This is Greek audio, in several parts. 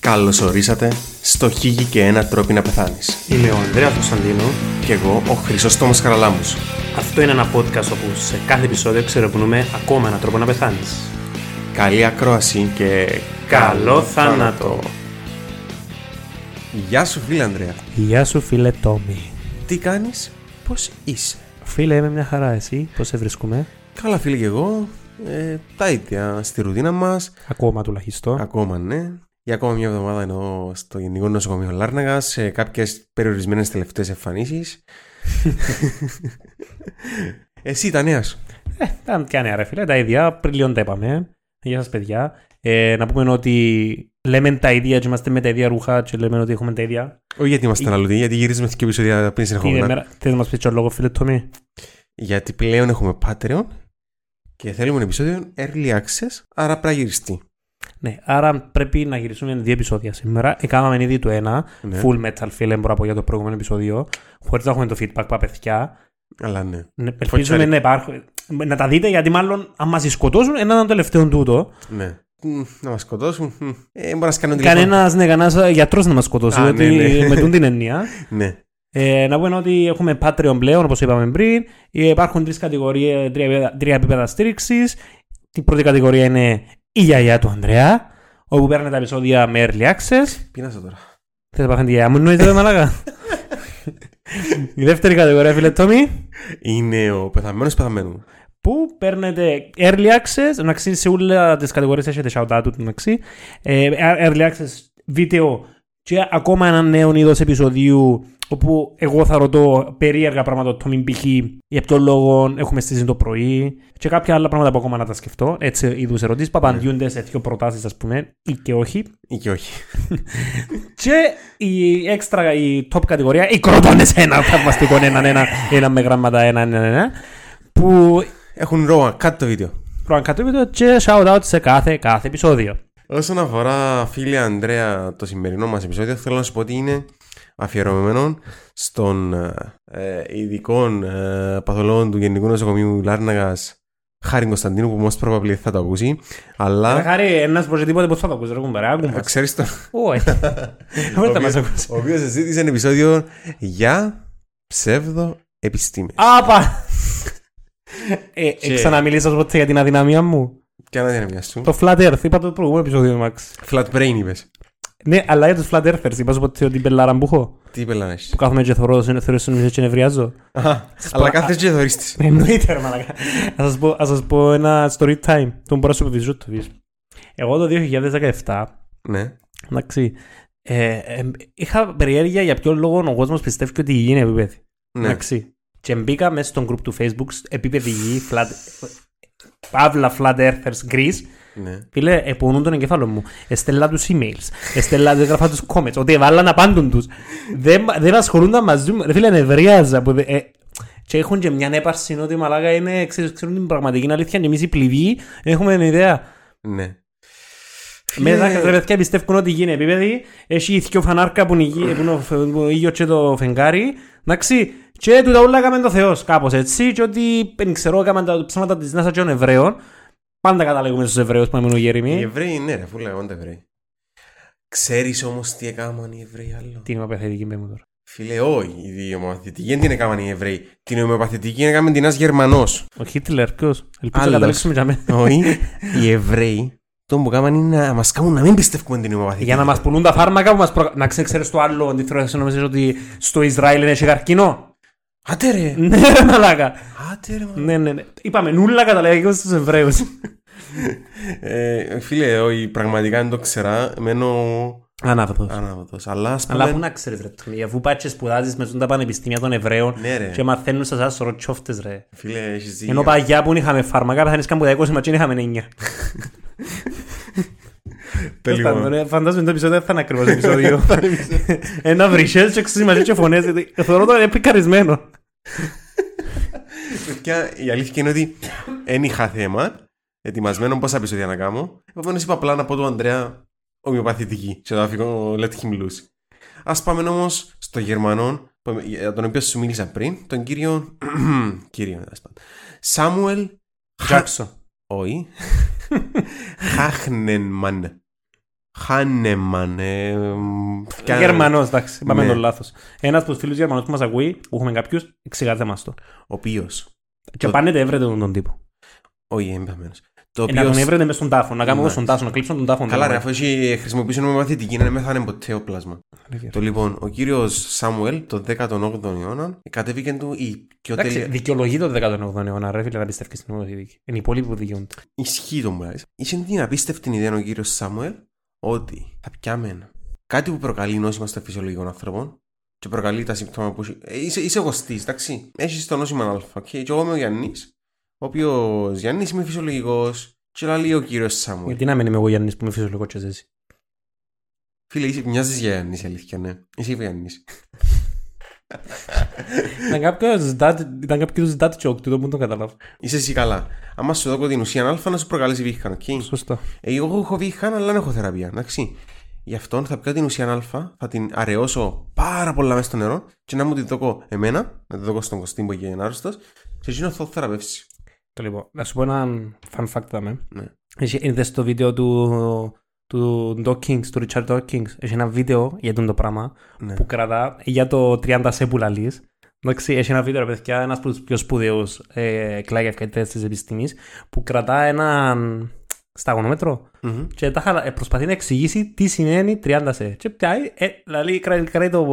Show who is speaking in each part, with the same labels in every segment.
Speaker 1: Καλώς ορίσατε στο Χίγη και ένα τρόπο να πεθάνεις.
Speaker 2: Είμαι ο Ανδρέας Κωνσταντίνο.
Speaker 1: Κι εγώ ο Χρυσόστομος Χαραλάμπους.
Speaker 2: Αυτό είναι ένα podcast όπου σε κάθε επεισόδιο ξερευνούμε ακόμα έναν τρόπο να πεθάνεις.
Speaker 1: Καλή ακρόαση και...
Speaker 2: Καλό θάνατο!
Speaker 1: Γεια σου φίλε Ανδρέα.
Speaker 2: Γεια σου φίλε Τόμι.
Speaker 1: Τι κάνεις, πώς είσαι.
Speaker 2: Φίλε είμαι μια χαρά εσύ, πώς σε βρίσκουμε.
Speaker 1: Καλά φίλε και εγώ. Ε, τα ίδια στη ρουτίνα μας.
Speaker 2: Ακόμα τουλάχιστον.
Speaker 1: Ακόμα ναι. Για ακόμα μια εβδομάδα εδώ στο Γενικό Νοσοκομείο Λάρναγα σε κάποιες περιορισμένες τελευταίες εμφανίσεις. Εσύ τα νέα σου.
Speaker 2: Ε, τα κάνει ρε φίλε, τα ίδια, πριν λίγο τα είπαμε. Γεια σας παιδιά. Ε, να πούμε ότι λέμε τα ίδια και είμαστε με τα ίδια ρούχα και λέμε ότι έχουμε τα ίδια.
Speaker 1: Όχι γιατί είμαστε αλλού, γιατί γυρίζουμε και επεισόδια πριν
Speaker 2: Τι Ε, είναι
Speaker 1: συνεχόμενα.
Speaker 2: μέρα, θες να μας πεις και λόγος φίλε Τόμι.
Speaker 1: Γιατί πλέον έχουμε Patreon και θέλουμε ένα επεισόδιο early access, άρα πρέπει να γυριστεί.
Speaker 2: Ναι, άρα πρέπει να γυρίσουμε δύο επεισόδια σήμερα. Έκαναμε ήδη το ένα,
Speaker 1: Ναι.
Speaker 2: full metal φίλε, μπορώ να πω για το προηγούμενο επεισόδιο, χωρίς να έχουμε το feedback από τα παιδιά.
Speaker 1: Αλλά ναι.
Speaker 2: Ναι, Ελπίζουμε
Speaker 1: Φωτσάρι.
Speaker 2: να υπάρχουν. Να τα δείτε γιατί μάλλον αν μας σκοτώσουν ένα ήταν το τελευταίο τούτο.
Speaker 1: ναι. Μ, Να μας σκοτώσουν. μ. Ε, μπορεί να σκάνουν τηλέφωνο.
Speaker 2: Κανένας ναι, κανένας γιατρός να μας σκοτώσει.
Speaker 1: Α,
Speaker 2: γιατί
Speaker 1: ναι, ναι.
Speaker 2: με τούν την έννοια.
Speaker 1: Ναι.
Speaker 2: Ε, να πούμε ότι έχουμε Patreon πλέον, όπως είπαμε πριν. Ε, Υπάρχουν τρεις κατηγορίες, τρία, επίπεδα- τρία επίπεδα στήριξης. Την πρώτη κατηγορία είναι η γιαγιά του Ανδρέα, όπου παίρνει τα επεισόδια με early access.
Speaker 1: Πεινάσα τώρα.
Speaker 2: Θες να πάθει τη γιαγιά μου, εννοείται ρε μαλάκα. Η δεύτερη κατηγορία, φίλε Τόμι,
Speaker 1: Είναι ο πεθαμένος πεθαμένου.
Speaker 2: που παίρνετε early access, εντάξει σε όλα τις κατηγορίες έχετε shout-out του, εντάξει, ε, early access βίντεο και ακόμα ένα νέο είδος επεισοδίου όπου εγώ θα ρωτώ περίεργα πράγματα το μην π.χ. για ποιο λόγο έχουμε στήσει το πρωί και κάποια άλλα πράγματα που ακόμα να τα σκεφτώ. Έτσι είδους ερωτήσεις που απαντιούνται σε δύο προτάσεις ας πούμε ή και όχι.
Speaker 1: Ή και όχι.
Speaker 2: Και η έξτρα, η top κατηγορία, οι κροτώνες ένα θαυμαστικό έναν, ένα, ένα με γράμματα ένα, ένα, ένα, που
Speaker 1: Έχουν ρόα, κάτι το βίντεο.
Speaker 2: προανκατεύεται και shout out σε κάθε, κάθε επεισόδιο.
Speaker 1: Όσον αφορά, φίλε Ανδρέα, το σημερινό μας επεισόδιο, θέλω να σου πω ότι είναι αφιερωμένο στον ε, ειδικών ε, παθολόγων του Γενικού Νοσοκομείου Λάρναγας Χάρη Κωνσταντίνου που most probably θα το ακούσει
Speaker 2: Ε,
Speaker 1: αλλά
Speaker 2: Χάρη, ένας προς τίποτε πως θα το ακούσεις, ρε κουμπέρα, άκου
Speaker 1: ε,
Speaker 2: μας.
Speaker 1: ξέρεις τον
Speaker 2: Όχι, δεν θα μας ακούσεις.
Speaker 1: ο οποίος συζήτησε ένα επεισόδιο για ψεύδο επιστήμες
Speaker 2: Άπα! Ε,
Speaker 1: Και-
Speaker 2: Ξαναμιλήσω ποτέ για την αδυναμία μου.
Speaker 1: και αν δεν μοιάσου
Speaker 2: Το Flat Earth, είπα το προηγούμενο επεισόδιο, Μαξ.
Speaker 1: flat brain είπες
Speaker 2: Ναι, αλλά για τους Flat Earthers, είπα σου ποτέ ότι μπελάρα που έχω.
Speaker 1: τι είπε να έχεις
Speaker 2: Που κάθομαι και θωρώ, θεωρώ και νευριάζω.
Speaker 1: Α, αλλά κάθε και θωρείς της.
Speaker 2: Ναι, Εννοείται ρε μαλακά. Να σας πω- Να σας πω ένα story time. Το μπορώ να σου επιβιζώ το δεις. Εγώ το 2017,
Speaker 1: ναι
Speaker 2: εντάξει, ε, ε, είχα περιέργεια για ποιο λόγο ο κόσμος πιστεύει ότι η γη είναι επίπεδη.
Speaker 1: ναι
Speaker 2: Εντάξει. Και μπήκα μέσα στον group του facebook, σ- επίπεδη γη, flat, παύλα flat earthers Greece,
Speaker 1: ναι
Speaker 2: Φίλε, επονούν τον εγκεφάλο μου. Εστέλα του emails. Εστέλα τους έγραφα τους comments. Ότι έβαλα να απάντουν τους. Δεν, δεν ασχολούνταν μαζί μου. Ρε Φίλε, νευρίαζα. Που, δε- ε, και έχουν και μια έπαρση ότι μαλάκα είναι, ξέρουν, ξέρουν την πραγματική αλήθεια. Και εμείς οι πληβοί έχουμε την ιδέα.
Speaker 1: ναι
Speaker 2: Με
Speaker 1: Φίλε,
Speaker 2: δάκα τα παιδιά πιστεύουν ότι γίνει επίπεδη. Έχει δυο φανάρκα που είναι γη- που είναι ο φε- ο ήλιο και το φεγγάρι. Εντάξει. Και του τα ούλα έκαμε το Θεός, κάπως έτσι. Και ότι δεν ξέρω, έκαμε τα ψέματα της Νάσας και των Εβραίων. Πάντα καταλήγουμε στους Εβραίους, πάμε ο
Speaker 1: Οι
Speaker 2: Γερημί.
Speaker 1: Εβραίοι ναι, ρε, φούλα, πάντα Εβραίοι. Ξέρεις όμως τι έκαναν οι Εβραίοι άλλο.
Speaker 2: Τι είναι η παθητική μου τώρα.
Speaker 1: Φίλε, όχι, η ομοπαθητική δεν την έκαναν οι Εβραίοι. Την ομοπαθητική έκαναν την ένας Γερμανός.
Speaker 2: Ο Χίτλερ, ποιος. Ελπίζω να
Speaker 1: Άλλος.
Speaker 2: καταλήξουμε για μένα.
Speaker 1: όχι, οι Εβραίοι τον που κάναν είναι να μας κάνουν να μην πιστεύουμε την ομοπαθητική.
Speaker 2: Για να μας πουλούν τα φάρμακα που μας προ... Να ξέρεις το άλλο, ότι θέλω να νομίζεις ότι στο Ισραήλ είναι καρκινό.
Speaker 1: Άτε ρε,
Speaker 2: Ναι, ρε μαλάκα.
Speaker 1: άτε ρε. μα.
Speaker 2: Ναι, ναι, ναι. Είπαμε νουλα καταλήγω στους Εβραίους.
Speaker 1: Ε, Φίλε, όχι, πραγματικά δεν το ξέρα, μένω
Speaker 2: Ανάποδος.
Speaker 1: άναβατος. Αλλά ας
Speaker 2: Αλλά πού
Speaker 1: πούμε...
Speaker 2: να ξέρεις, ρε. Τόμι, Αφού πάει και σπουδάζεις μες ζουν τα πανεπιστήμια των Εβραίων
Speaker 1: Ναι ρε,
Speaker 2: και μαθαίνουν σε εσάς ροτσόφτε, ρε.
Speaker 1: φίλε, έχεις δει.
Speaker 2: Ενώ παγιά που είχαμε φάρμακα, πεθάνει κάπου τα 20 ματσίν είχαμε 9.
Speaker 1: Τέλειο.
Speaker 2: Φαντάζομαι το επεισόδιο δεν θα είναι ακριβώς επεισόδιο. Ένα βρυσέ και ξύμα και φωνές. Θεωρώ το επικαρισμένο.
Speaker 1: Παιδιά, η αλήθεια είναι ότι δεν είχα θέμα. Ετοιμασμένο πόσα επεισόδια να κάνω. Επομένως, είπα απλά να πω του Ανδρέα ομοιοπαθητική. Σε το αφήκω, let him lose. Ας πάμε όμως στο Γερμανό, που- για τον οποίο σου μίλησα πριν, τον κύριο. κύριο, ας πούμε. Σάμουελ.
Speaker 2: Τζάξο.
Speaker 1: Όχι. Χάχνενμαν. Χάνεμαν. Ε,
Speaker 2: Γερμανός, Γερμανός, εντάξει. Είπαμε
Speaker 1: Ναι.
Speaker 2: το λάθος. Ένας από τους φίλους Γερμανούς που μας ακούει, που έχουμε κάποιους, εξηγάτε μας το.
Speaker 1: Ο οποίος.
Speaker 2: Και
Speaker 1: Το-
Speaker 2: πάνετε, έβρετε τον, τον τύπο.
Speaker 1: Όχι, εμπαθμένο. Το
Speaker 2: Ε, να τον
Speaker 1: οποίος.
Speaker 2: έβρετε μες στον τάφο, να κάνουμε
Speaker 1: Ναι.
Speaker 2: εγώ στον τάφο, να κλείψουμε τον τάφο.
Speaker 1: Καλά,
Speaker 2: τον
Speaker 1: ρε,
Speaker 2: τάφο.
Speaker 1: αφού έχει χρησιμοποιήσει νομιμαθητική, να μην μεθάνε ποτέ ο πλάσμα.
Speaker 2: Αλήθεια.
Speaker 1: Το λοιπόν, ο κύριος Σάμουελ, τον 18ο αιώνα, κατέβηκε του η πιο
Speaker 2: Εντάξει,
Speaker 1: τελεία.
Speaker 2: δικαιολογεί το 18ο αιώνα, ρε φίλε, να πιστεύεις στην νομική δίκη. Είναι οι υπόλοιποι που δικαιούνται.
Speaker 1: Ισχύει το μου Είχε την απίστευτη ιδέα ο κύριος Σάμουελ ότι θα πιάμε κάτι που προκαλεί νόσημα στα φυσιολογικών ανθρώπων και προκαλεί τα συμπτώματα που. έχει- Ε, είσαι, είσαι εγωστή, εντάξει. Έχεις το νόσημα Α. οκ. Και εγώ είμαι ο Γιάννης, ο οποίος Γιάννης είμαι φυσιολογικός. Και λέει ο κύριος Σάμουελ.
Speaker 2: Γιατί να μην είμαι εγώ Γιάννης που είμαι φυσιολογικός και ζέση.
Speaker 1: Φίλε, είσαι, μοιάζεις για Γιάννης, η αλήθεια, ναι. Είσαι Γιάννης.
Speaker 2: Ήταν κάποιος dad- Ήταν κάποιος dad joke, τούτο που τον καταλάβω.
Speaker 1: Είσαι εσύ καλά. Άμα σου δω την ουσία α, να σου προκαλέσει βήχαν, οκ.
Speaker 2: Σωστά.
Speaker 1: Ε, Εγώ έχω βήχαν, αλλά δεν έχω θεραπεία, εντάξει. Γι' αυτόν θα πιω την ουσία α, θα την αραιώσω πάρα πολλά μέσα στο νερό και να μου την δώκω εμένα, να την δώκω στον Κωστή που είναι άρρωστος, και εκείνο θα το θεραπεύσει.
Speaker 2: Το λοιπόν, να σου πω έναν fun fact δάμε.
Speaker 1: Ναι.
Speaker 2: Έχει- Είδες το βίντεο του του Dawkins, του Richard Dawkins. Έχει ένα βίντεο για τον το πράγμα
Speaker 1: Ναι.
Speaker 2: που κρατά για το 30 σε που λαλείς. Εντάξει, έχει ένα βίντεο, ρε παιδιά, ένας από τους πιο σπουδαίους ε, κλαγευκαιτές της επιστήμης που κρατά έναν σταγονόμετρο
Speaker 1: Μμμ.
Speaker 2: και τα χαλα... ε, προσπαθεί να εξηγήσει τι σημαίνει 30 σε. Και πιάει, ε, δηλαδή κράει, κράει το,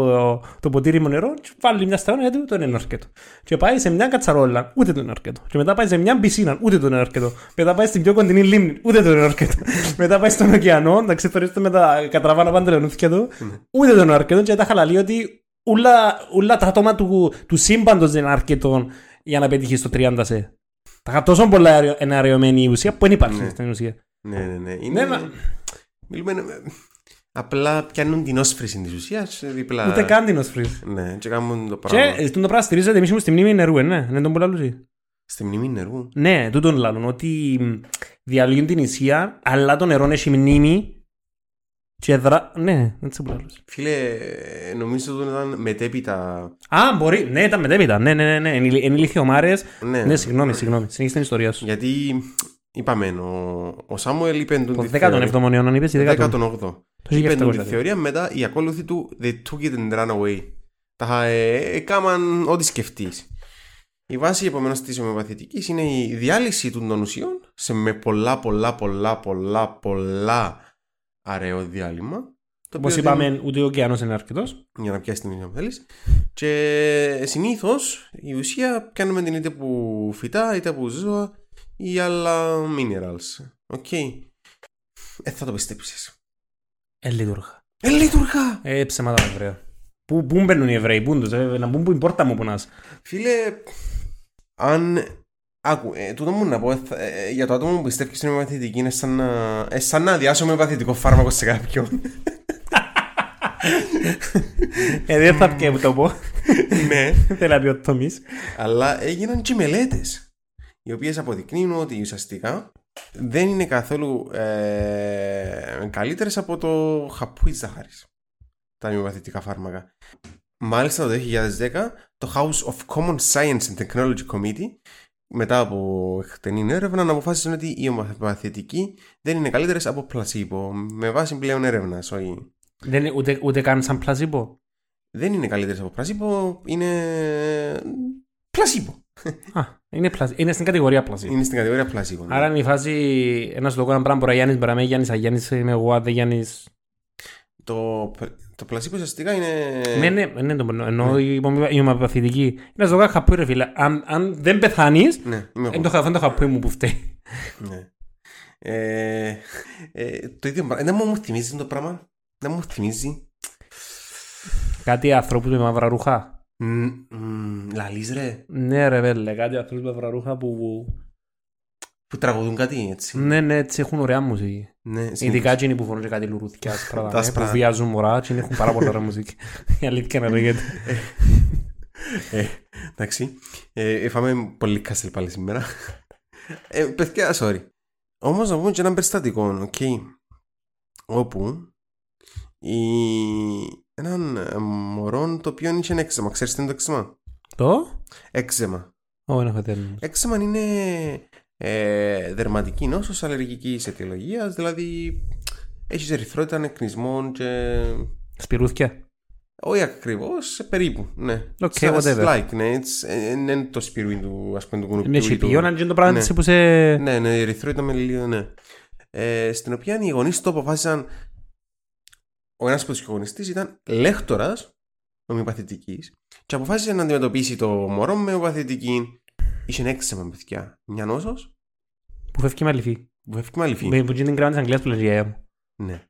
Speaker 2: το ποτήρι με νερό, και βάλει μια σταγόνα γιατί το είναι αρκετό. Και πάει σε μια κατσαρόλα, ούτε το είναι αρκετό. Και μετά πάει σε μια πισίνα, ούτε το είναι αρκετό. Μετά πάει στην πιο κοντινή λίμνη, ούτε το είναι αρκετό. μετά πάει στον ωκεανό, να ξεθορίζεται με τα κατραβάνα παντρελονούθια του, ούτε το είναι αρκετό. Και τα χαλαλεί ότι ούλα, ούλα τα άτομα του, του σύμπαντος δεν είναι αρκετό για να πετύχει το 30 σε. Τα είχα τόσο πολλά αερε- εναραιωμένη η ουσία που δεν υπάρχει
Speaker 1: Ναι.
Speaker 2: στην ουσία.
Speaker 1: Ναι, ναι, ναι. Είναι...
Speaker 2: Ναι, μα-
Speaker 1: Μιλούμε... ε, Απλά πιάνουν την όσφρηση της ουσίας, ε, διπλά...
Speaker 2: Ούτε καν την Osprey.
Speaker 1: Ναι, και κάνουν το
Speaker 2: Και
Speaker 1: πράγμα.
Speaker 2: ε, τούτο πράγμα στηρίζεται εμείς στη μνήμη νερού, ε, ναι, ναι, τον πολλά λούζι.
Speaker 1: Στη μνήμη νερού.
Speaker 2: Ναι, τούτον λάλλον, ότι μ, διαλύουν την ισία, αλλά το νερό έχει μνήμη και δρα... Ναι, έτσι πολλά λούζι.
Speaker 1: Φίλε, νομίζω ότι ήταν μετέπειτα.
Speaker 2: Α, μπορεί, ναι, ήταν μετέπειτα, ναι, ναι, ναι, ναι, ενηλι- ενηλιθιωμάρες.
Speaker 1: Ναι,
Speaker 2: Ναι, συγγνώμη, συγγνώμη, συνέχισε την ιστορία σου.
Speaker 1: Γιατί είπαμε, ο, ο Σάμουελ είπε εντούν
Speaker 2: Το
Speaker 1: τη θεωρία.
Speaker 2: 17ο αιώνα, είπες, ή 10ο. Το
Speaker 1: 18ο. Είπε εντούν τη
Speaker 2: 17ο.
Speaker 1: θεωρία, μετά οι ακόλουθοι του they took it and ran away. Τα ε, έκαναν ό,τι σκεφτείς. Η βάση επομένως της ομοιοπαθητική είναι η διάλυση των των ουσιών σε με πολλά, πολλά, πολλά, πολλά, πολλά αραιό διάλειμμα. το
Speaker 2: Όπως
Speaker 1: οποίο δεν-
Speaker 2: είπαμε, ούτε ο ωκεανός είναι αρκετός.
Speaker 1: για να πιάσει την ουσία που θέλεις. Και συνήθως η ουσία κάνουμε την είτε που φυτά, είτε που ζώα ή άλλα minerals. Οκ. Ε, θα το πιστέψεις.
Speaker 2: Ε, λειτουργά.
Speaker 1: Ε, λειτουργά!
Speaker 2: Ε, ψέματα τα Εβραία. Πού πού μπαίνουν οι Εβραίοι, πού είναι τους, ε, να μπουν που η πόρτα μου που να είσαι.
Speaker 1: Φίλε, αν. Άκου, ε, τούτο μου να πω ε, θα- ε, για το άτομο που πιστεύει στην ομοιοπαθητική είναι σαν να, ε, σαν να αδειάσω με παθητικό φάρμακο σε κάποιον.
Speaker 2: Ε, δεν θα πιέ- το πω.
Speaker 1: ναι.
Speaker 2: Θεραπειοτομή.
Speaker 1: Αλλά έγιναν και μελέτες. Οι οποίες αποδεικνύουν ότι ουσιαστικά δεν είναι καθόλου ε, καλύτερες από το χαπούι τη ζάχαρης. Τα μειοπαθητικά φάρμακα. Μάλιστα το 2010 το House of Common Science and Technology Committee μετά από χτενή έρευνα να αποφάσισαν ότι οι ομοιοπαθητικοί δεν είναι καλύτερες από πλασίμπο με βάση πλέον έρευνας. Όχι.
Speaker 2: Δεν είναι ούτε, ούτε καν σαν πλασίμπο.
Speaker 1: Δεν είναι καλύτερες από πλασίμπο, είναι. ε, πλασίμπο.
Speaker 2: Α, είναι, πλασί... είναι στην κατηγορία πλασίμπο.
Speaker 1: Είναι στην κατηγορία πλασίμπο. ναι.
Speaker 2: Άρα είναι η φάση ένας λόγο ένα πράγμα μπορεί να Γιάννη Μπραμέ, Γιάννης Αγιάννης, είμαι εγώ, αν δεν Γιάννης.
Speaker 1: Το, το πλασίμπο ουσιαστικά είναι.
Speaker 2: Ναι, ναι, ναι, το εννοώ, εννοώ η ομοιοπα- η ομοιοπαθητική. Ένα λόγο χαπούι, ρε φίλε. Αν, αν δεν πεθάνεις,
Speaker 1: Ναι, είμαι εγώ.
Speaker 2: είναι το, χα- είναι το χαπούι μου που φταίει.
Speaker 1: Ναι. Ε, ε, το ίδιο πράγμα. Δεν μου θυμίζει το πράγμα. Δεν μου θυμίζει.
Speaker 2: Κάτι ανθρώπου με μαύρα ρούχα.
Speaker 1: Μ, μ, Λαλείς ρε.
Speaker 2: Ναι, ρε, βέλε, κάτι ανθρώπου με μαύρα ρούχα που.
Speaker 1: Που τραγουδούν κάτι έτσι.
Speaker 2: Ναι, ναι, έτσι έχουν ωραία μουσική.
Speaker 1: Ναι,
Speaker 2: Ειδικά εκείνοι που φορούν και κάτι λουρούθιας άσπρα,
Speaker 1: Τα
Speaker 2: ναι,
Speaker 1: άσπρα.
Speaker 2: που βιάζουν μωρά, εκείνοι έχουν πάρα πολλά ωραία μουσική. Η αλήθεια να λέγεται.
Speaker 1: Ε, εντάξει. Ε, φάμε πολύ κάστελ πάλι σήμερα. Ε, παιδιά, sorry. Όμως να πούμε και έναν περιστατικό, οκ. Όπου η... έναν ε, μωρόν το οποίο είχε έξεμα. Ξέρεις τι είναι το έξεμα.
Speaker 2: Το.
Speaker 1: Έξεμα.
Speaker 2: Ω, δεν έχω τέλος.
Speaker 1: Έξεμα είναι ε, δερματική νόσος αλλεργικής αιτιολογίας, δηλαδή Έχεις ερυθρότητα ανεκνισμών και.
Speaker 2: Σπυρούθια.
Speaker 1: Όχι ακριβώς, περίπου. Ναι.
Speaker 2: Οκ,
Speaker 1: Σαν-
Speaker 2: whatever.
Speaker 1: Like, ναι, it's- ε, ε, δεν είναι το σπυρούι του, ας πούμε, του κουνουπιού.
Speaker 2: Είναι
Speaker 1: ή του-
Speaker 2: σιπιό, να είναι το πράγμα
Speaker 1: Ναι.
Speaker 2: της που σε.
Speaker 1: Ναι, ναι, η ερυθρότητα με λίγο, ναι. Ε, στην οποία οι γονείς του αποφάσισαν. Ο ένας από τους γονιστή ήταν λέκτορας ομοιοπαθητικής και αποφάσισε να αντιμετωπίσει το μωρό με ομοιοπαθητική. Είχε έξι με παιδιά. Μια νόσο
Speaker 2: Που φεύγει με αληθή.
Speaker 1: που φεύγει με αληθή.
Speaker 2: Με που γίνει την γράμμα της Αγγλίας που λέει «Ε, «Γιαγιά μου».
Speaker 1: Ναι.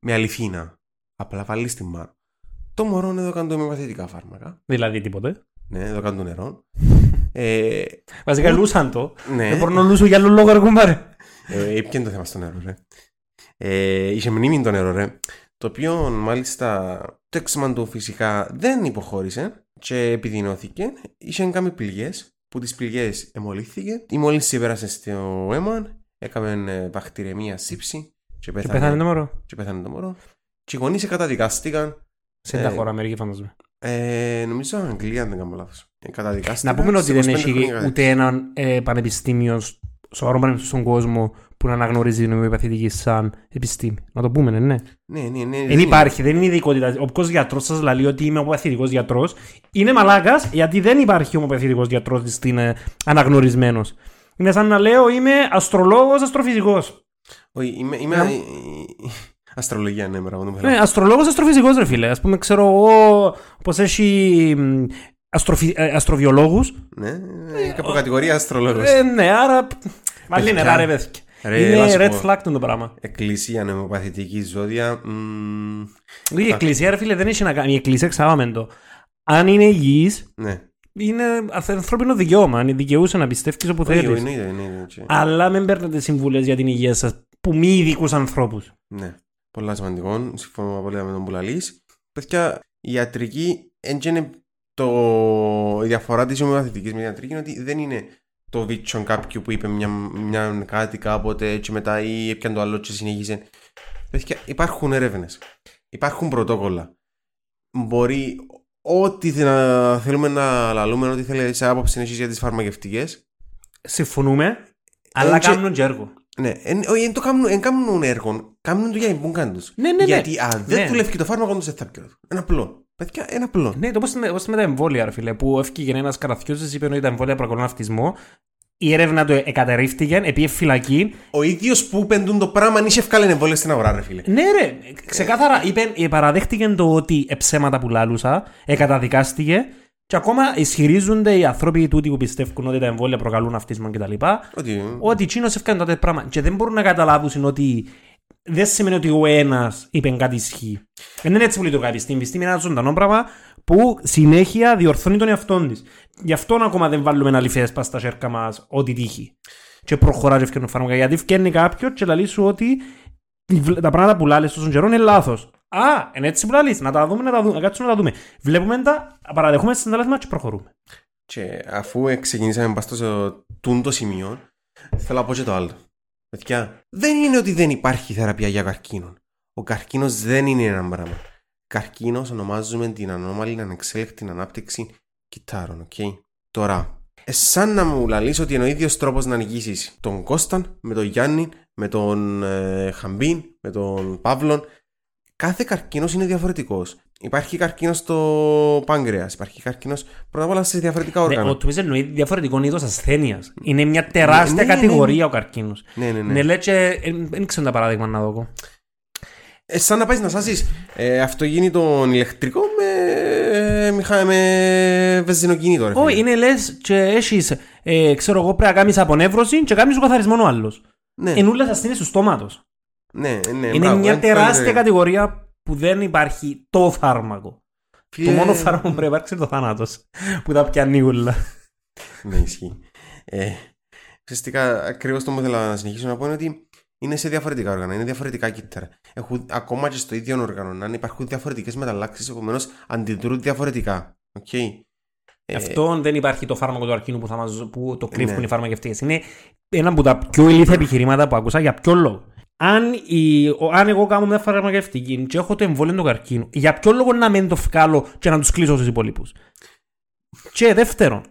Speaker 1: Με αληθίνα. Απλά βάλει στη μάρα. Το μωρό έδωκαν του ομοιοπαθητικά φάρμακα.
Speaker 2: Δηλαδή τίποτε.
Speaker 1: Ναι, έδωκαν του νερό. Ε,
Speaker 2: Βασικά λούσαν το.
Speaker 1: ναι.
Speaker 2: Δεν μπορώ να λούσω για άλλο λόγο ρε κουμπάρε.
Speaker 1: Ε, ε, ποιο είναι το θέμα στο νερό, ρε. Ε, είχε μνήμη το νερό, ρε. Το οποίο μάλιστα το έξιμα του φυσικά δεν υποχώρησε και επιδεινώθηκε. Είχε κάνει πληγές που τις πληγές εμολύθηκε. Η μόλυνση πέρασε στο αίμα, έκαμε ε, βακτηρεμία σύψη και
Speaker 2: Και
Speaker 1: πέθανε,
Speaker 2: πέθανε το μωρό.
Speaker 1: και πέθανε το μωρό. Και οι γονείς καταδικάστηκαν.
Speaker 2: Σε τα
Speaker 1: Ε,
Speaker 2: χώρα Αμερική φαντάζομαι.
Speaker 1: Ε, νομίζω Αγγλία, αν δεν κάνω λάθος. Ε, καταδικάστηκαν.
Speaker 2: Να πούμε ότι
Speaker 1: σε
Speaker 2: δεν
Speaker 1: 25
Speaker 2: έχει
Speaker 1: χρόνια.
Speaker 2: ούτε έναν ε, πανεπιστήμιο σ- σοβαρό πανεπιστήμιο στον κόσμο που να αναγνωρίζει την ομοιοπαθητική σαν επιστήμη. Να το πούμε, ναι. ναι.
Speaker 1: Ναι, ναι, ναι.
Speaker 2: Δεν υπάρχει, δεν είναι ειδικότητα. Όποιος γιατρός σας λέει ότι είμαι ομοιοπαθητικό γιατρός, είναι μαλάκας γιατί δεν υπάρχει ομοιοπαθητικό γιατρό στην ε, αναγνωρισμένος. Είναι σαν να λέω είμαι αστρολόγος, αστροφυσικός.
Speaker 1: Όχι, είμαι. είμαι...
Speaker 2: Ναι.
Speaker 1: Αστρολογία, ναι, μπράβο. το
Speaker 2: Ναι, αστρολόγος, αστροφυσικός, ρε φίλε. Ας πούμε, ξέρω εγώ πώ έχει ε, αστροφι... αστροβιολόγους.
Speaker 1: Ναι, ε, κάπου κατηγορία αστρολόγος.
Speaker 2: Ε, ναι, άρα. Μαλίνε,
Speaker 1: Παιδιά.
Speaker 2: ρε, βέθηκε.
Speaker 1: Ρε,
Speaker 2: είναι
Speaker 1: έλα σου
Speaker 2: red
Speaker 1: πω.
Speaker 2: flag το πράγμα.
Speaker 1: Εκκλησία, νομοπαθητική ζώδια. μμμ,
Speaker 2: Η εκκλησία, ρε φίλε, δεν έχει να κάνει. Η εκκλησία, ξαβάμε το. Αν είναι υγιής,
Speaker 1: ναι.
Speaker 2: είναι αθ- ανθρώπινο δικαίωμα. Αν δικαιούσε να πιστεύεις όπου
Speaker 1: Όχι,
Speaker 2: θέλεις.
Speaker 1: εννοείται, εννοείται. έτσι.
Speaker 2: Αλλά μην παίρνετε συμβουλές για την υγεία σας που μη ειδικούς ανθρώπους.
Speaker 1: Ναι. Πολλά σημαντικό. Συμφωνώ απόλυτα με τον Μπουλαλή. Παιδιά, η ιατρική έντζενε το... η διαφορά της ομοιοπαθητική με την ιατρική είναι ότι δεν είναι το βίτσον κάποιου που είπε μια, μια κάτι κάποτε και μετά ή έπιαν το άλλο και συνέχισε. Παιδιά, υπάρχουν έρευνες. Υπάρχουν πρωτόκολλα. Μπορεί ό,τι θε- να θέλουμε να λαλούμε, ό,τι θέλει σε άποψη εσεί για τις φαρμακευτικές.
Speaker 2: Συμφωνούμε, αλλά
Speaker 1: και-
Speaker 2: κάνουν και έργο.
Speaker 1: Ναι, εν, όχι, εν το κάνουν, εν κάνουν έργο. Κάνουν το για την πούγκα τους.
Speaker 2: Ναι, ναι, ναι.
Speaker 1: Γιατί αν δεν
Speaker 2: Ναι.
Speaker 1: δουλεύει και το φάρμακο, όντω δεν θα πιω. Ένα απλό. Παιδιά, ένα απλό.
Speaker 2: Ναι, το πώς με, πώς με τα εμβόλια, ρε φίλε, που έφυγε ένας καραθιώτη, είπε ότι τα εμβόλια προκαλούν αυτισμό. Η έρευνα του εκαταρρίφθηκε, επίε φυλακή.
Speaker 1: Ο ίδιος που πεντούν το πράγμα, αν είσαι ευκάλεν εμβόλιο στην αγορά, ρε φίλε.
Speaker 2: Ναι, ρε, ξεκάθαρα είπε, ε, παραδέχτηκε το ότι εψέματα που λάλουσα, εκαταδικάστηκε. Και ακόμα ισχυρίζονται οι άνθρωποι τούτοι που πιστεύουν ότι τα εμβόλια προκαλούν αυτισμό κτλ.
Speaker 1: Ότι.
Speaker 2: ότι εκείνο έφυγαν τότε πράγμα. Και δεν μπορούν να καταλάβουν ότι δεν σημαίνει ότι ο ένας είπε κάτι ισχύει. Δεν είναι έτσι που λειτουργεί η επιστήμη. Η επιστήμη είναι ένα ζωντανό πράγμα που συνέχεια διορθώνει τον εαυτό της. Γι' αυτό ακόμα δεν βάλουμε ένα λιφέσπα στα σέρκα μας ό,τι τύχει. Και προχωράει και φτιάχνει φάρμακα. Γιατί φτιάχνει κάποιος και λέει σου ότι τα πράγματα που λάλες στον καιρό είναι λάθος. Α, είναι έτσι που λάλεις. Να τα δούμε, να τα δούμε. Να κάτσουμε να τα δούμε. Βλέπουμε τα, παραδεχούμε στην λάθη μα και προχωρούμε.
Speaker 1: Και αφού ξεκινήσαμε πα στο τούντο σημείο, θέλω να πω και το άλλο. Παιδιά, δεν είναι ότι δεν υπάρχει θεραπεία για καρκίνο. Ο καρκίνος δεν είναι ένα πράγμα. Καρκίνος ονομάζουμε την ανώμαλη ανεξέλεκτη ανάπτυξη κυτάρων, οκ. Τώρα, ε, σαν να μου λαλείς ότι είναι ο ίδιος τρόπος να νικήσεις τον Κώσταν με τον Γιάννη, με τον ε, Χαμπίν, με τον Παύλον. Κάθε καρκίνος είναι διαφορετικός. Υπάρχει καρκίνος στο πάγκρεα, υπάρχει καρκίνος πρώτα απ' όλα σε διαφορετικά
Speaker 2: Ναι,
Speaker 1: όργανα.
Speaker 2: ο τουμπής εννοεί διαφορετικό είδος ασθένειας. Είναι μια τεράστια
Speaker 1: Ναι, ναι, ναι, ναι.
Speaker 2: κατηγορία ο καρκίνος.
Speaker 1: Ναι, ναι, ναι.
Speaker 2: Ναι. ναι, λέει και. Δεν ξέρω τα παράδειγμα να δω. εγώ.
Speaker 1: Ε, σαν να πάεις να σάσεις ε, αυτοκίνητο ηλεκτρικό με, ε, μηχα- με βενζινοκίνητο. Ρε,
Speaker 2: Όχι,
Speaker 1: φίλε.
Speaker 2: είναι λες και έχεις. Ε, ξέρω εγώ πρέπει να κάνεις απονεύρωση και κάνεις σου καθαρισμό ο άλλος.
Speaker 1: Ναι,
Speaker 2: Είναι όλε ασθένειες του στόματος.
Speaker 1: ναι, ναι,
Speaker 2: Είναι
Speaker 1: μπράβο, ε,
Speaker 2: μια
Speaker 1: εν-
Speaker 2: τεράστια
Speaker 1: εν-
Speaker 2: κατηγορία που δεν υπάρχει το φάρμακο.
Speaker 1: Φίλε,
Speaker 2: Το μόνο φάρμακο που πρέπει να υπάρξει είναι το θάνατος. Που τα πιάνει ούλα.
Speaker 1: Ναι, ισχύει. Ε, ουσιαστικά, ακριβώς το που ήθελα να συνεχίσω να πω είναι ότι είναι σε διαφορετικά όργανα, είναι διαφορετικά κύτταρα. Έχουν, ακόμα και στο ίδιο όργανο, να υπάρχουν διαφορετικές μεταλλάξεις, επομένως αντιδρούν διαφορετικά. Οκ. Ε,
Speaker 2: Αυτό δεν υπάρχει το φάρμακο του αρκίνου που, θα μας, που το κρύβουν
Speaker 1: Ναι.
Speaker 2: οι φαρμακευτές. Είναι ένα από τα πιο ηλίθια επιχειρήματα που άκουσα για ποιο λόγο. Αν, η, ο, αν εγώ κάνω μια φαρμακευτική και έχω το εμβόλιο του καρκίνου, για ποιο λόγο να μην το φκάλω και να τους κλείσω στου υπολείπους. Και δεύτερον,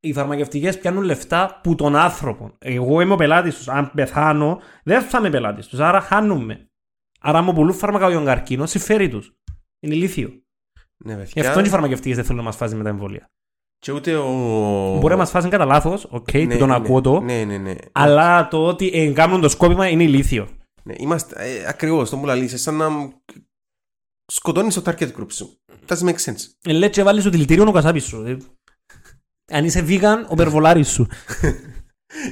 Speaker 2: οι φαρμακευτικές πιάνουν λεφτά που τον άνθρωπο. Εγώ είμαι ο πελάτης τους. Αν πεθάνω, δεν θα είμαι πελάτης τους. Άρα χάνουμε. Άρα, μου πουλούν φάρμακα για τον καρκίνο, συμφέρει τους. Είναι ηλίθιο.
Speaker 1: Ναι,
Speaker 2: Γι'
Speaker 1: παιδιά.
Speaker 2: αυτό και οι φαρμακευτικές δεν θέλουν να μας φάζουν με τα εμβόλια.
Speaker 1: Και ούτε ο.
Speaker 2: Μπορεί να μας φάζουν κατά λάθος, οκ,
Speaker 1: Ναι,
Speaker 2: τον
Speaker 1: ναι,
Speaker 2: ακούω το.
Speaker 1: Ναι, ναι, ναι.
Speaker 2: Αλλά το ότι εγκάμουν το σκόπιμα είναι ηλίθιο.
Speaker 1: Ναι, είμαστε ε, ακριβώς το που λαλείς, σαν να σκοτώνεις το target group σου. Doesn't make sense.
Speaker 2: Ε, Λέει και βάλεις το δηλητήριο ο κασάπι σου. Ε, Αν είσαι vegan, ο περβολάρι σου.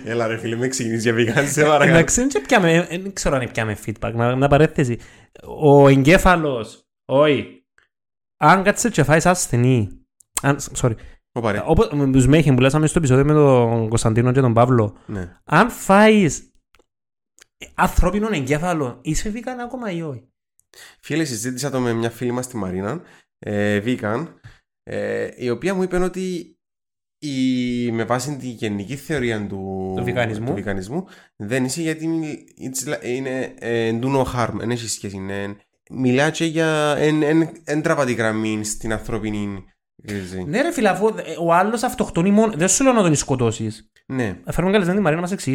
Speaker 1: Έλα, ρε φίλε, μην ξεκινήσεις για vegan, σε
Speaker 2: Εντάξει, δεν πιάμε, ε, δεν ξέρω αν πιάμε feedback. Να, να παρέθεση. Ο εγκέφαλος, όχι. Αν κάτσε και φάεις ασθενή. Αν, sorry.
Speaker 1: Όπα, ρε.
Speaker 2: Όπως με του Μέχεν που λάσαμε στο επεισόδιο με τον Κωνσταντίνο και τον Παύλο,
Speaker 1: Ναι.
Speaker 2: αν φάεις ανθρώπινο εγκέφαλο, είσαι vegan ακόμα ή όχι.
Speaker 1: Φίλε, συζήτησα το με μια φίλη μας τη Μαρίνα, ε, vegan, ε, η οποία μου είπε ότι η, με βάση τη γενική θεωρία του,
Speaker 2: Του βιγανισμού.
Speaker 1: του βιγανισμού, δεν είσαι γιατί it's li- είναι ε, do no harm, δεν έχει σχέση. Είναι, μιλά και για εν, εν, εν τραβά τη γραμμή στην ανθρώπινη κρίση.
Speaker 2: Ναι, ρε φίλε, αφού ε, ο άλλος αυτοκτονεί μόνο. Δεν σου λέω να τον σκοτώσεις.
Speaker 1: ναι.
Speaker 2: Φέρνουμε καλεσμένη τη Μαρίνα να μας εξή.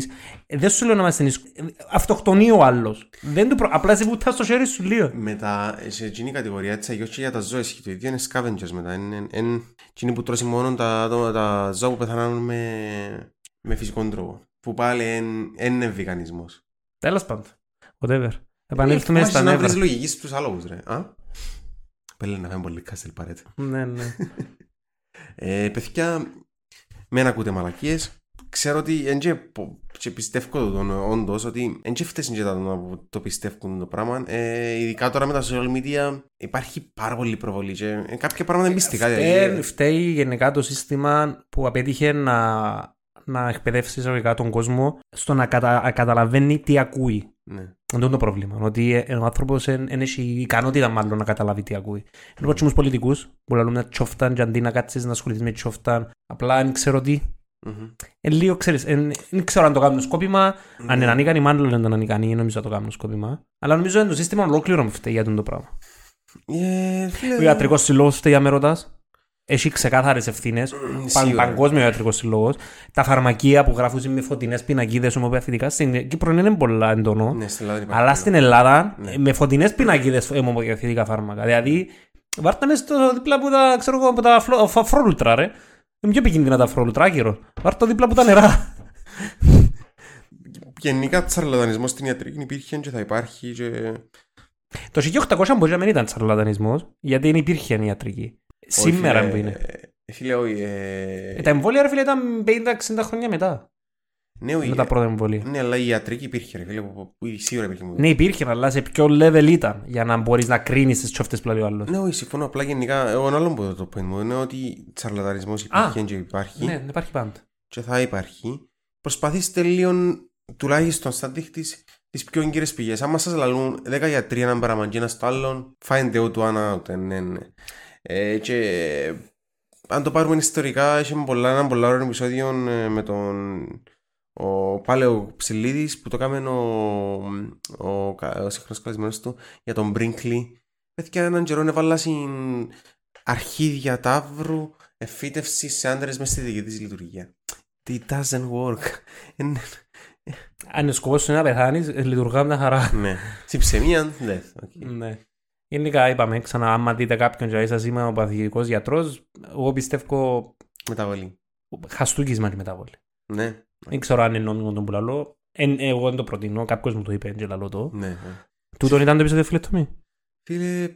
Speaker 2: Δεν σου λέω να είμαστε νησκ... Αυτοκτονεί ο άλλος. Δεν του προ... Απλά σε βουτά στο χέρι σου λίγο.
Speaker 1: Μετά, σε εκείνη η κατηγορία της αγιώς και για τα ζώα ισχύει το ίδιο, είναι scavengers μετά. Είναι, είναι, είναι εκείνη που τρώσει μόνο τα, άτομα- τα ζώα που πεθανάνε με, με φυσικό τρόπο. Που πάλι εν- εν είναι βιγανισμός.
Speaker 2: Τέλος πάντων. Whatever. Επανέλθουμε στα
Speaker 1: Μάχεις να βρεις
Speaker 2: νεύρα.
Speaker 1: λογική στους αλόγους ρε. Α? Πέλε να φάμε πολύ κάστελ παρέτ.
Speaker 2: Ναι, ναι.
Speaker 1: Ε, παιδιά, μεν ακούτε μαλακίες. Ξέρω ότι εν και πο- και πιστεύω το τον, όντως ότι εν και φταίσουν και τα άτομα που το πιστεύουν το πράγμα. Ε, ειδικά τώρα με τα social media υπάρχει πάρα πολύ προβολή και ε, κάποια πράγματα είναι μυστικά.
Speaker 2: Φταίει,
Speaker 1: δηλαδή,
Speaker 2: φταίει γενικά το σύστημα που απέτυχε να, να εκπαιδεύσει εισαγωγικά τον κόσμο στο να κατα... να καταλαβαίνει τι ακούει.
Speaker 1: ναι.
Speaker 2: Αυτό είναι το πρόβλημα. Ότι ε, ο άνθρωπος δεν έχει ικανότητα μάλλον να καταλάβει τι ακούει. Λοιπόν, του πολιτικούς που λαλούν να τσόφταν, και αντί να κάτσεις να ασχοληθείς με τσόφταν, απλά δεν ξέρω τι.
Speaker 1: Μμμ.
Speaker 2: Ε, λίγο ξέρεις, εν- δεν ξέρω αν το κάνουν σκόπιμα. Αν
Speaker 1: Ναι.
Speaker 2: είναι ανίκανοι, μάλλον δεν ήταν ανίκανοι, δεν νομίζω να το κάνουν σκόπιμα. Αλλά νομίζω είναι το σύστημα ολόκληρο που φταίει για τον το πράγμα.
Speaker 1: Ε, φίλε,
Speaker 2: Ο ιατρικός συλλόγο φταίει για με ρωτά. Έχει ξεκάθαρες ευθύνες.
Speaker 1: μ,
Speaker 2: Παν,
Speaker 1: σίγουρα.
Speaker 2: παγκόσμιο ιατρικός συλλόγο. Τα φαρμακεία που γράφουν με φωτεινές πινακίδες ομοιοπαθητικά στην Κύπρο είναι πολλά εντονό.
Speaker 1: Ναι, στην Ελλάδα υπάρχει
Speaker 2: Αλλά
Speaker 1: πρόβλημα.
Speaker 2: στην Ελλάδα
Speaker 1: Ναι.
Speaker 2: ε, με φωτεινές πινακίδες αιμοπαθητικά φάρμακα. Δηλαδή, βάρτα με στο δίπλα που τα, ξέρω εγώ, από τα φλο- φα- φρόλουτρα, ρε. Είναι πιο επικίνδυνα τα φρόλουτρα, άκυρο. Βάρτα δίπλα από τα νερά.
Speaker 1: Γενικά τσαρλατανισμός στην ιατρική υπήρχε και θα υπάρχει και...
Speaker 2: Το 1800 μπορεί να μην ήταν τσαρλατανισμός, γιατί δεν υπήρχε η ιατρική. Σήμερα
Speaker 1: Όχι,
Speaker 2: που
Speaker 1: ε,
Speaker 2: είναι.
Speaker 1: ε, Φίλε, όχι. ε,
Speaker 2: Ε, τα εμβόλια, ρε φίλε, ήταν 50-60 χρόνια μετά.
Speaker 1: Ναι, όχι,
Speaker 2: με τα
Speaker 1: ε,
Speaker 2: πρώτα εμβόλια.
Speaker 1: Ναι, αλλά η ιατρική υπήρχε, ρε φίλε, που, που σίγουρα υπήρχε.
Speaker 2: Ναι, υπήρχε, αλλά σε ποιο level ήταν για να μπορείς να κρίνεις τις τσόφτες που λέει ο άλλος.
Speaker 1: Ναι, όχι, συμφωνώ. Απλά γενικά, εγώ ένα άλλο που το point μου είναι ότι τσαρλαταρισμός υπήρχε και υπάρχει
Speaker 2: Ναι, υπάρχει πάντα.
Speaker 1: και θα υπάρχει. Προσπαθήστε λίγο, τουλάχιστον στα δείχτη, τις πιο έγκυρες πηγές. Άμα σας λαλούν 10 γιατροί έναν παραμαντζή ένας στο άλλον, find out one out. ε, Ναι, ναι. Ε, και ε, αν το πάρουμε ιστορικά, είχε πολλά, ένα πολλά ωραίο επεισόδιο ε, με τον ο Πάλαιο Ψηλίδης που το κάμενε ο, ο, κα- ο σύγχρονος καλεσμένος του για τον Μπρίνκλι. Πέθηκε έναν καιρό έβαλα στην αρχίδια τάβρου εφύτευση σε άντρες μέσα στη δική της λειτουργία. It doesn't work. Ε, ναι.
Speaker 2: Αν ο σκοπός σου είναι να πεθάνεις, λειτουργά με τα χαρά.
Speaker 1: ναι. Στην ψεμία, ναι. Οκ.
Speaker 2: Ναι. Γενικά είπαμε ξανά, άμα δείτε κάποιον και σας είμαι ο παθητικός γιατρός, εγώ πιστεύω
Speaker 1: Μεταβολή.
Speaker 2: χαστούκισμα τη μεταβολή.
Speaker 1: Ναι.
Speaker 2: Δεν ξέρω αν είναι νόμιμο τον που λαλώ. Εν, εγώ δεν το προτείνω, κάποιος μου το είπε και λαλώ το.
Speaker 1: ναι. ναι.
Speaker 2: Τούτον ήταν το επεισόδιο φιλετομή.
Speaker 1: Φίλε,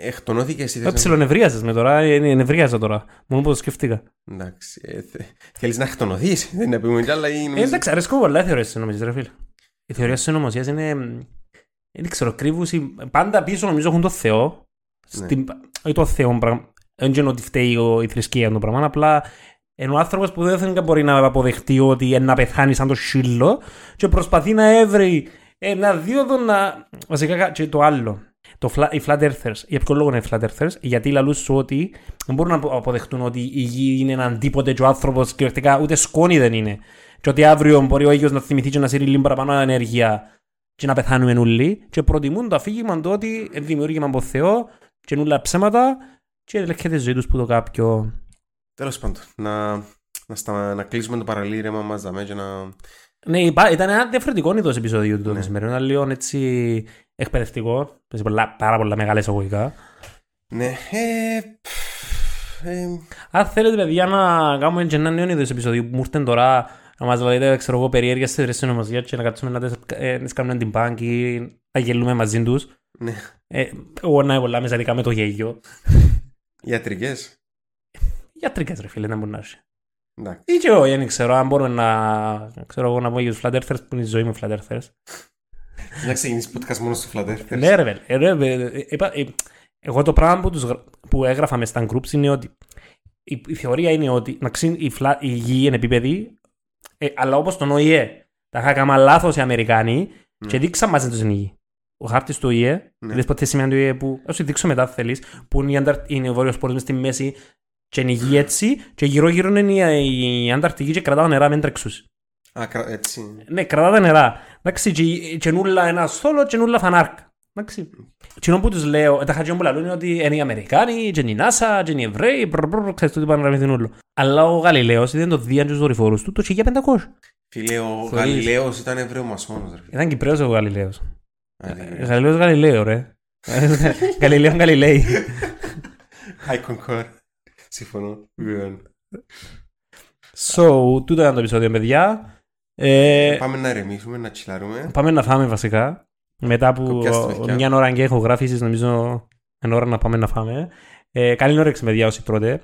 Speaker 1: εκτονώθηκε εσύ. θες να-
Speaker 2: Έψιλον νευρίαζες με τώρα, ε, ε, νευρίαζα τώρα. Μόνο που το σκέφτηκα.
Speaker 1: Εντάξει. ε, θε- Θέλεις να εκτονωθείς. Δεν είναι πούμε κι άλλα ή
Speaker 2: Ε,
Speaker 1: νομίζω-
Speaker 2: Εντάξει, αρέσκω πολλά οι θεωρίες συνωμοσίας ρε φίλε. Οι θεωρίες συνωμοσίας είναι, μ, δεν ξέρω, κρύβουση. Πάντα πίσω νομίζω έχουν το Θεό.
Speaker 1: Ναι.
Speaker 2: Στην, όχι το Θεό πράγμα. Δεν είναι ότι φταίει ο- η θρησκεία το πράγμα, απλά ενώ ο άνθρωπος που δεν θέλει να μπορεί να αποδεχτεί ότι ε, να πεθάνει σαν το σύλλο και προσπαθεί να έβρει ένα δίωδο να. Βασικά κα- και το άλλο. Το, φλα- οι flat earthers. Για ποιο λόγο είναι flat earthers, γιατί λαλούν σου ότι δεν μπορούν να απο- αποδεχτούν ότι η γη είναι έναν τίποτε και ο άνθρωπος κυριολεκτικά ούτε σκόνη δεν είναι. Και ότι αύριο μπορεί ο ίδιο να θυμηθεί και να σύρει λίγο παραπάνω ενέργεια και να πεθάνουμε όλοι. Και προτιμούν το αφήγημα το ότι ε, δημιούργημα από Θεό και νουλά ψέματα και ελέγχεται η ζωή τους που το κάποιο.
Speaker 1: Τέλος πάντων. Να, να, στα, να κλείσουμε το παραλήρεμα μας δαμέ και να...
Speaker 2: Ναι, υπά... ήταν ένα διαφορετικό είδος επεισόδιο του το
Speaker 1: Ναι.
Speaker 2: ναι. σημερινό. Ήταν λίγο έτσι εκπαιδευτικό. Παίζει πολλά, πάρα πολλά μεγάλα εισαγωγικά.
Speaker 1: Ναι. Ε, πφ, ε,
Speaker 2: Αν θέλετε, παιδιά, να κάνουμε και ένα νέο είδος επεισόδιο που μου ήρθε τώρα να μας λέτε, ξέρω εγώ, περιέργεια στη βρεσή νομοσίας και να κάτσουμε να τις- ε, να τις κάνουμε την πάνκι, να γελούμε μαζί τους.
Speaker 1: ναι.
Speaker 2: Ε, εγώ να πολλά μέσα ειδικά με το γέλιο.
Speaker 1: Ιατρικέ.
Speaker 2: Γιατρικές ρε φίλε, δεν μπορεί να έρθει.
Speaker 1: Εντάξει.
Speaker 2: Ή και εγώ, δεν ξέρω, αν μπορούμε να, ξέρω εγώ, να πω για τους flat earthers που είναι η ζωή μου flat earthers.
Speaker 1: Να ξεκινήσεις podcast μόνος στο Φλατέρ.
Speaker 2: Ναι, ρε, βε- ρε, βε- ε, είπα- ε, εγώ το πράγμα που, τους, γρα- που έγραφα μες στα groups είναι ότι η, η θεωρία είναι ότι να ξύν, η, φλα, η γη είναι επίπεδη, ε, αλλά όπως τον ΟΗΕ. Τα είχα κάνει λάθος οι Αμερικάνοι
Speaker 1: Ναι.
Speaker 2: και δείξαν μας τους είναι η γη. Ο χάρτης του ΟΗΕ,
Speaker 1: Ναι.
Speaker 2: είδες ποτέ σημαίνει του ΟΗΕ που, ας σου δείξω μετά αν θέλεις, που είναι, η Ανταρ- είναι ο Βόρειος Πόλος μες στη μέση και είναι η γη έτσι και γύρω γύρω είναι η, η Ανταρκτική και κρατάω νερά με τρεξούς.
Speaker 1: Α, κρα- έτσι.
Speaker 2: Ναι, κρατάτε νερά. Εντάξει, και, και νουλα ένα στόλο και νουλα φανάρκα. Εντάξει. Τι που τους λέω, ε, τα χατζιόν που λαλούν είναι ότι είναι οι Αμερικάνοι, και είναι η NASA, και είναι οι Εβραίοι, πρω, πρω, πρω, ξέρεις το τι πάνε να γραμμίζουν όλο. Αλλά ο Γαλιλαίος είδε το δίαν τους δορυφόρους του το 1500.
Speaker 1: Φίλε, ο
Speaker 2: Χωρίς.
Speaker 1: Γαλιλαίος ήταν Εβραίος μασόνος.
Speaker 2: Ήταν Κυπρέος ο Γαλιλαίος.
Speaker 1: Ε,
Speaker 2: Γαλιλαίος Γαλιλαίος, ρε. Γαλιλαίον Γαλιλαίοι. ε.
Speaker 1: I concur. Συμφωνώ. Βεβαίως.
Speaker 2: So, τούτο ήταν το επεισόδιο, παιδιά. Ε,
Speaker 1: Πάμε να ρεμίσουμε, να τσιλάρουμε.
Speaker 2: πάμε να φάμε βασικά. Μετά από
Speaker 1: Κοπιάστε το μεχιά.
Speaker 2: μια ώρα και έχω γράφει, νομίζω εν ώρα να πάμε να φάμε. Ε, καλή όρεξη, παιδιά, όσοι τρώτε.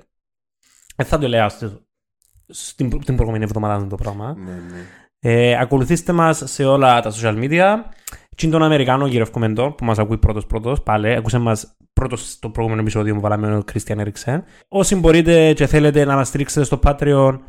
Speaker 2: Ε, θα το λέω στο- στην, προ- την προηγούμενη εβδομάδα αυτό το πράγμα.
Speaker 1: Ναι, ναι.
Speaker 2: Ε, ακολουθήστε μας σε όλα τα social media. Τι είναι τον Αμερικάνο γυρευκόμενο τώρα, που μας ακούει πρώτος πρώτος. Πάλι, ακούσε μας πρώτος στο προηγούμενο επεισόδιο που βάλαμε ο Christian Eriksen. Όσοι μπορείτε και θέλετε να μας στηρίξετε στο Patreon,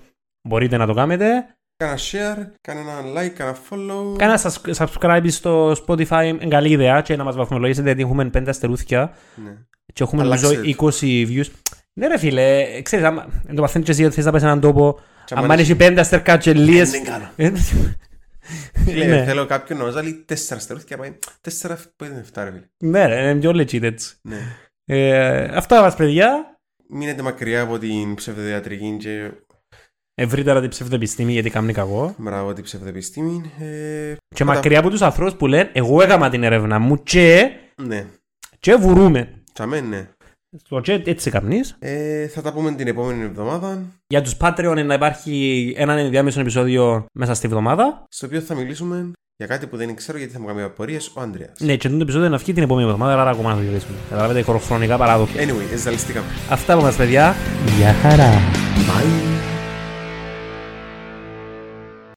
Speaker 2: μπορείτε να το κάνετε.
Speaker 1: Κάνα share, κάνα ένα like, κάνα follow.
Speaker 2: Κάνα subs- subscribe στο Spotify είναι καλή ιδέα και να μας βαθμολογήσετε γιατί έχουμε 5 αστερούθια
Speaker 1: Ναι.
Speaker 2: και έχουμε
Speaker 1: Αλλάξε
Speaker 2: νομίζω
Speaker 1: το.
Speaker 2: 20 views. Ναι ρε φίλε, ε, ξέρεις, άμα εν το παθαίνεις και εσύ ότι θες να πας σε έναν τόπο,
Speaker 1: Και άμα
Speaker 2: αν
Speaker 1: είναι-
Speaker 2: έχει 5 αστερκά και λίες...
Speaker 1: Δεν κάνω.
Speaker 2: Ε,
Speaker 1: Φίλε,
Speaker 2: ναι.
Speaker 1: Θέλω κάποιον να βάζει τέσσερα αστερούθια και να πάει τέσσερα φ- πού είναι εφτά, ρε φίλε.
Speaker 2: Ναι ρε, είναι πιο legit έτσι.
Speaker 1: Ναι.
Speaker 2: Ε, Αυτά μας παιδιά,
Speaker 1: Μείνετε μακριά από την ψευδοδιατρική και
Speaker 2: ευρύτερα την ψευδοεπιστήμη γιατί κάνει κακό.
Speaker 1: μπράβο την ψευδοεπιστήμη. Ε,
Speaker 2: Και
Speaker 1: Κατά-
Speaker 2: μακριά από τους ανθρώπους που λένε εγώ έκανα την έρευνα μου και,
Speaker 1: Ναι.
Speaker 2: και βουρούμε.
Speaker 1: Τσαμέ, ναι.
Speaker 2: Στο και έτσι καμνείς.
Speaker 1: Ε, θα τα πούμε την επόμενη εβδομάδα,
Speaker 2: Για τους Patreon να υπάρχει ένα ενδιάμεσο επεισόδιο μέσα στη βδομάδα.
Speaker 1: στο οποίο θα μιλήσουμε για κάτι που δεν ξέρω γιατί θα μου κάνει απορίες ο Ανδρέας.
Speaker 2: Ναι, και το επεισόδιο να βγει την επόμενη εβδομάδα, άρα ακόμα να το γυρίσουμε. Καταλάβετε, χωροχρονικά παράδοξα.
Speaker 1: Anyway, εζαλιστήκαμε.
Speaker 2: Αυτά από μας, παιδιά. Γεια χαρά.
Speaker 1: Bye.